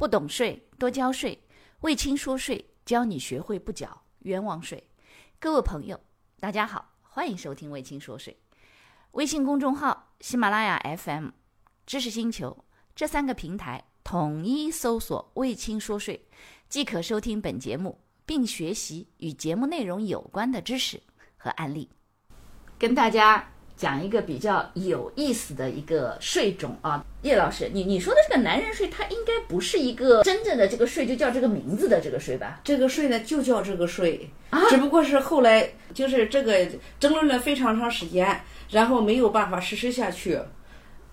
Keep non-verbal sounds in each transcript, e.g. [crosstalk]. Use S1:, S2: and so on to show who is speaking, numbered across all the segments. S1: 不懂税多交税，卫青说税教你学会不缴冤枉税。各位朋友，大家好，欢迎收听卫青说税。微信公众号、喜马拉雅 FM、知识星球这三个平台统一搜索“卫青说税”，即可收听本节目，并学习与节目内容有关的知识和案例。跟大家讲一个比较有意思的一个税种啊，叶老师，你你说的这个男人税，它应该不是一个真正的这个税，就叫这个名字的这个税吧？
S2: 这个税呢就叫这个税，只不过是后来就是这个争论了非常长时间，然后没有办法实施下去。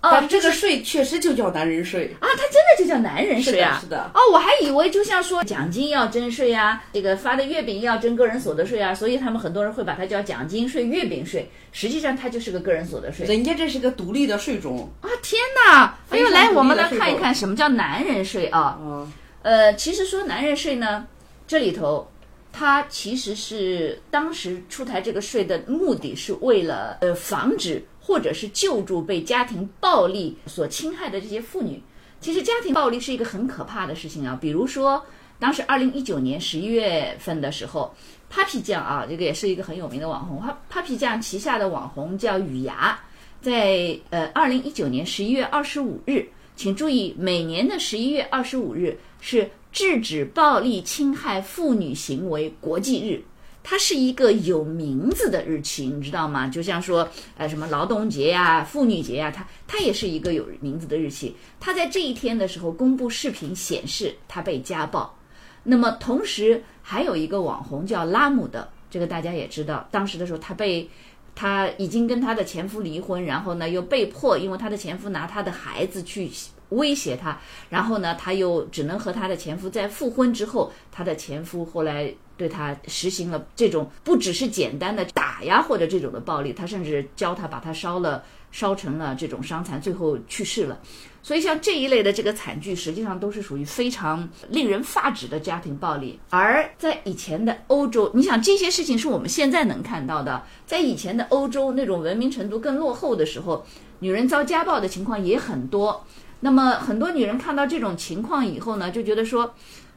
S2: 但是这个税确实就叫男人税，
S1: 啊，它真的就叫男人税啊？
S2: 是的是的
S1: 哦，我还以为就像说奖金要征税啊，这个发的月饼要征个人所得税啊，所以他们很多人会把它叫奖金税、月饼税，实际上它就是个个人所得税。
S2: 人家这是个独立的税种。
S1: 啊，天哪！哎呦，
S2: 非常
S1: 来，我们
S2: 独
S1: 来
S2: 立的
S1: 看一
S2: 税
S1: 看什么叫男人税啊。
S2: 嗯，
S1: 呃，其实说男人税呢，这里头它其实是当时出台这个税的目的是为了呃防止或者是救助被家庭暴力所侵害的这些妇女。其实家庭暴力是一个很可怕的事情啊，比如说当时二零一九年十一月份的时候，Papi 酱啊，这个也是一个很有名的网红，Pa-，Papi 酱旗下的网红叫雨芽，在呃二零一九年十一月二十五日，请注意，每年的十一月二十五日是制止暴力侵害妇女行为国际日。它是一个有名字的日期，你知道吗？就像说，呃，什么劳动节呀、妇女节啊呀，它它也是一个有名字的日期。它在这一天的时候公布视频，显示她被家暴。那么同时还有一个网红叫拉姆的，这个大家也知道，当时的时候她被她已经跟她的前夫离婚，然后呢又被迫，因为她的前夫拿她的孩子去威胁她，然后呢她又只能和她的前夫在复婚之后，她的前夫后来对她实行了这种不只是简单的打呀或者这种的暴力，他甚至教她把她烧了，烧成了这种伤残，最后去世了。所以像这一类的这个惨剧，实际上都是属于非常令人发指的家庭暴力。而在以前的欧洲，你想这些事情是我们现在能看到的，在以前的欧洲那种文明程度更落后的时候，女人遭家暴的情况也很多。那么很多女人看到这种情况以后呢，就觉得说，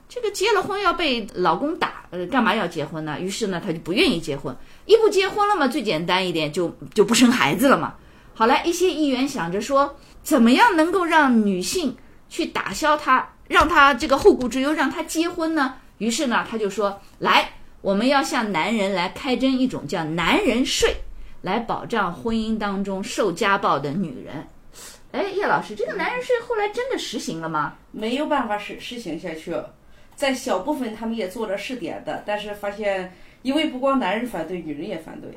S1: 这个结了婚要被老公打，呃，干嘛要结婚呢？于是呢，她就不愿意结婚。一不结婚了嘛，最简单一点就就不生孩子了嘛。好了，一些议员想着说，怎么样能够让女性去打消她，让她这个后顾之忧，让她结婚呢？于是呢，他就说，来，我们要向男人来开征一种叫男人税，来保障婚姻当中受家暴的女人。哎，叶老师，这个男人税后来真的实行了吗？
S2: 没有办法实实行下去，在小部分他们也做了试点的，但是发现因为不光男人反对，女人也反对。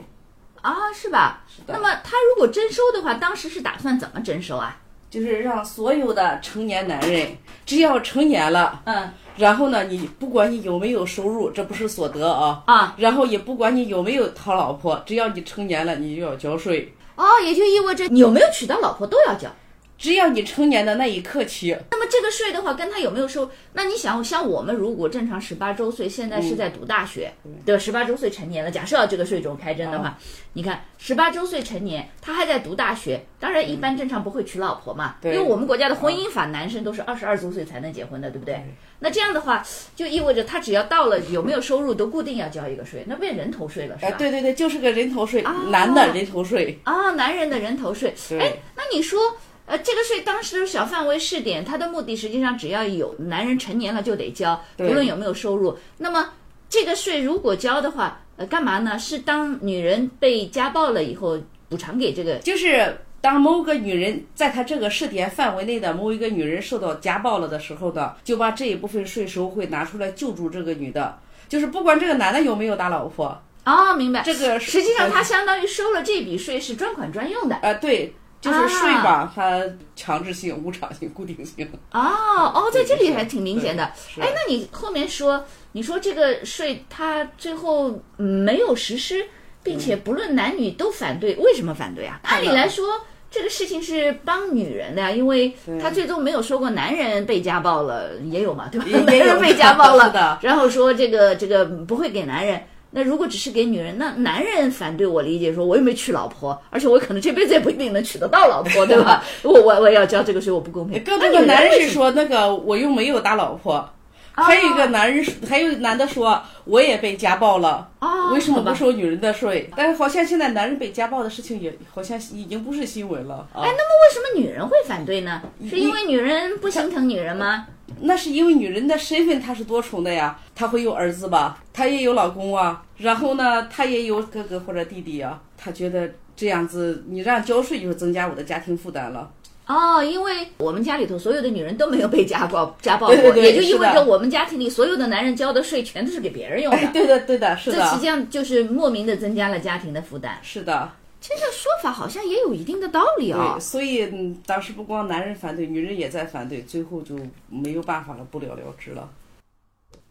S1: 啊，是吧？
S2: 是
S1: 那
S2: 的，
S1: 么他如果征收的话，当时是打算怎么征收啊？
S2: 就是让所有的成年男人，只要成年了，
S1: 嗯
S2: 然后呢，你不管你有没有收入，这不是所得啊，
S1: 啊，
S2: 然后也不管你有没有讨老婆，只要你成年了，你就要交税。
S1: 哦，也就意味着你有没有娶到老婆都要交。
S2: 只要你成年的那一刻起，呃
S1: 那么这个税的话，跟他有没有收？那你想，像我们如果正常十八周岁，现在
S2: 嗯
S1: 是在读大学，对吧？十八周岁成年了，假设要这个税种开征的
S2: 啊
S1: 话，你看十八周岁成年，他还在读大学，当然一般正常不会娶老婆嘛，因
S2: 嗯对啊
S1: 为我们国家的婚姻法，男生都是二十二周岁才能结婚的，对不对？那这样的话，就意味着他只要到了有没有收入，都固定要交一个税，那变人头税了，是
S2: 哎，
S1: 吧？
S2: 对对对，就是个人头税，
S1: 啊
S2: 男的人头税。
S1: 啊，男人的人头税。
S2: 对
S1: 哎，那你说，呃，这个税当时小范围试点，它的目的实际上只要有男人成年了就得交，
S2: 对
S1: 无论有没有收入。那么这个税如果交的话，呃，干嘛呢？是当女人被家暴了以后补偿给这个
S2: 就是当某个女人在她这个试点范围内的某一个女人受到家暴了的时候呢，就把这一部分税收会拿出来救助这个女的，就是不管这个男的有没有打老婆，
S1: 哦，明白？
S2: 这个
S1: 实际上
S2: 呃
S1: 它相当于收了这笔税是专款专用的。
S2: 呃对，就是税
S1: 啊
S2: 吧，它强制性、无偿性、固定性。
S1: 哦哦，在这里
S2: 是
S1: 还挺明显的。
S2: 是
S1: 哎，那你后面说，你说这个税它最后嗯没有实施，并且不论男女都反对，为什么反对啊？
S2: 嗯
S1: 按理来说，这个事情是帮女人的呀，因为他最终没有说过男人被家暴了也有嘛，对吧？
S2: 也也有
S1: 男人被家暴
S2: [laughs] 是
S1: 了
S2: 的，
S1: 然后说这个这个不会给男人。那如果只是给女人，那男人反对我理解说，我又没娶老婆，而且我可能这辈子也不一定能娶得到老婆，对
S2: [laughs]
S1: 吧？我我我要交这个税，我不公平。
S2: 更
S1: 那
S2: 多的
S1: 女
S2: 男人
S1: 为
S2: 哎是
S1: 什么
S2: 说那个我又没有打老婆，
S1: 哦
S2: 还有一个男人是，还有男的说我也被家暴了，
S1: 啊，
S2: 为什么
S1: 好吧
S2: 不收女人的税？但是好像现在男人被家暴的事情也好像已经不是新闻了
S1: 哎，那
S2: 啊。
S1: 么为什么女人会反对呢？是因为女人不心疼女人吗？
S2: 那是因为女人的身份她是多重的呀，她会有儿子吧，她也有老公啊，然后呢，她也有哥哥或者弟弟啊，她觉得这样子你让交税就是增加我的家庭负担了。
S1: 哦，因为我们家里头所有的女人都没有被家暴家暴过，
S2: 对对对
S1: 也就意味着
S2: 是的
S1: 我们家庭里所有的男人交的税全都是给别人用的，
S2: 哎，对的，对的，是
S1: 这实
S2: 的
S1: 际，上就是莫名的增加了家庭的负担。
S2: 是的，
S1: 这个说法好像也有一定的道理
S2: 对，
S1: 哦。
S2: 所以嗯当时不光男人反对，女人也在反对，最后就没有办法了，不了了之了。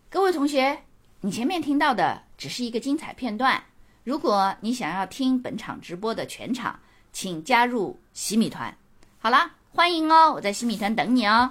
S1: 各位同学，你前面听到的只是一个精彩片段。如果你想要听本场直播的全场，请加入洗米团。好啦，欢迎哦，我在洗米团等你哦。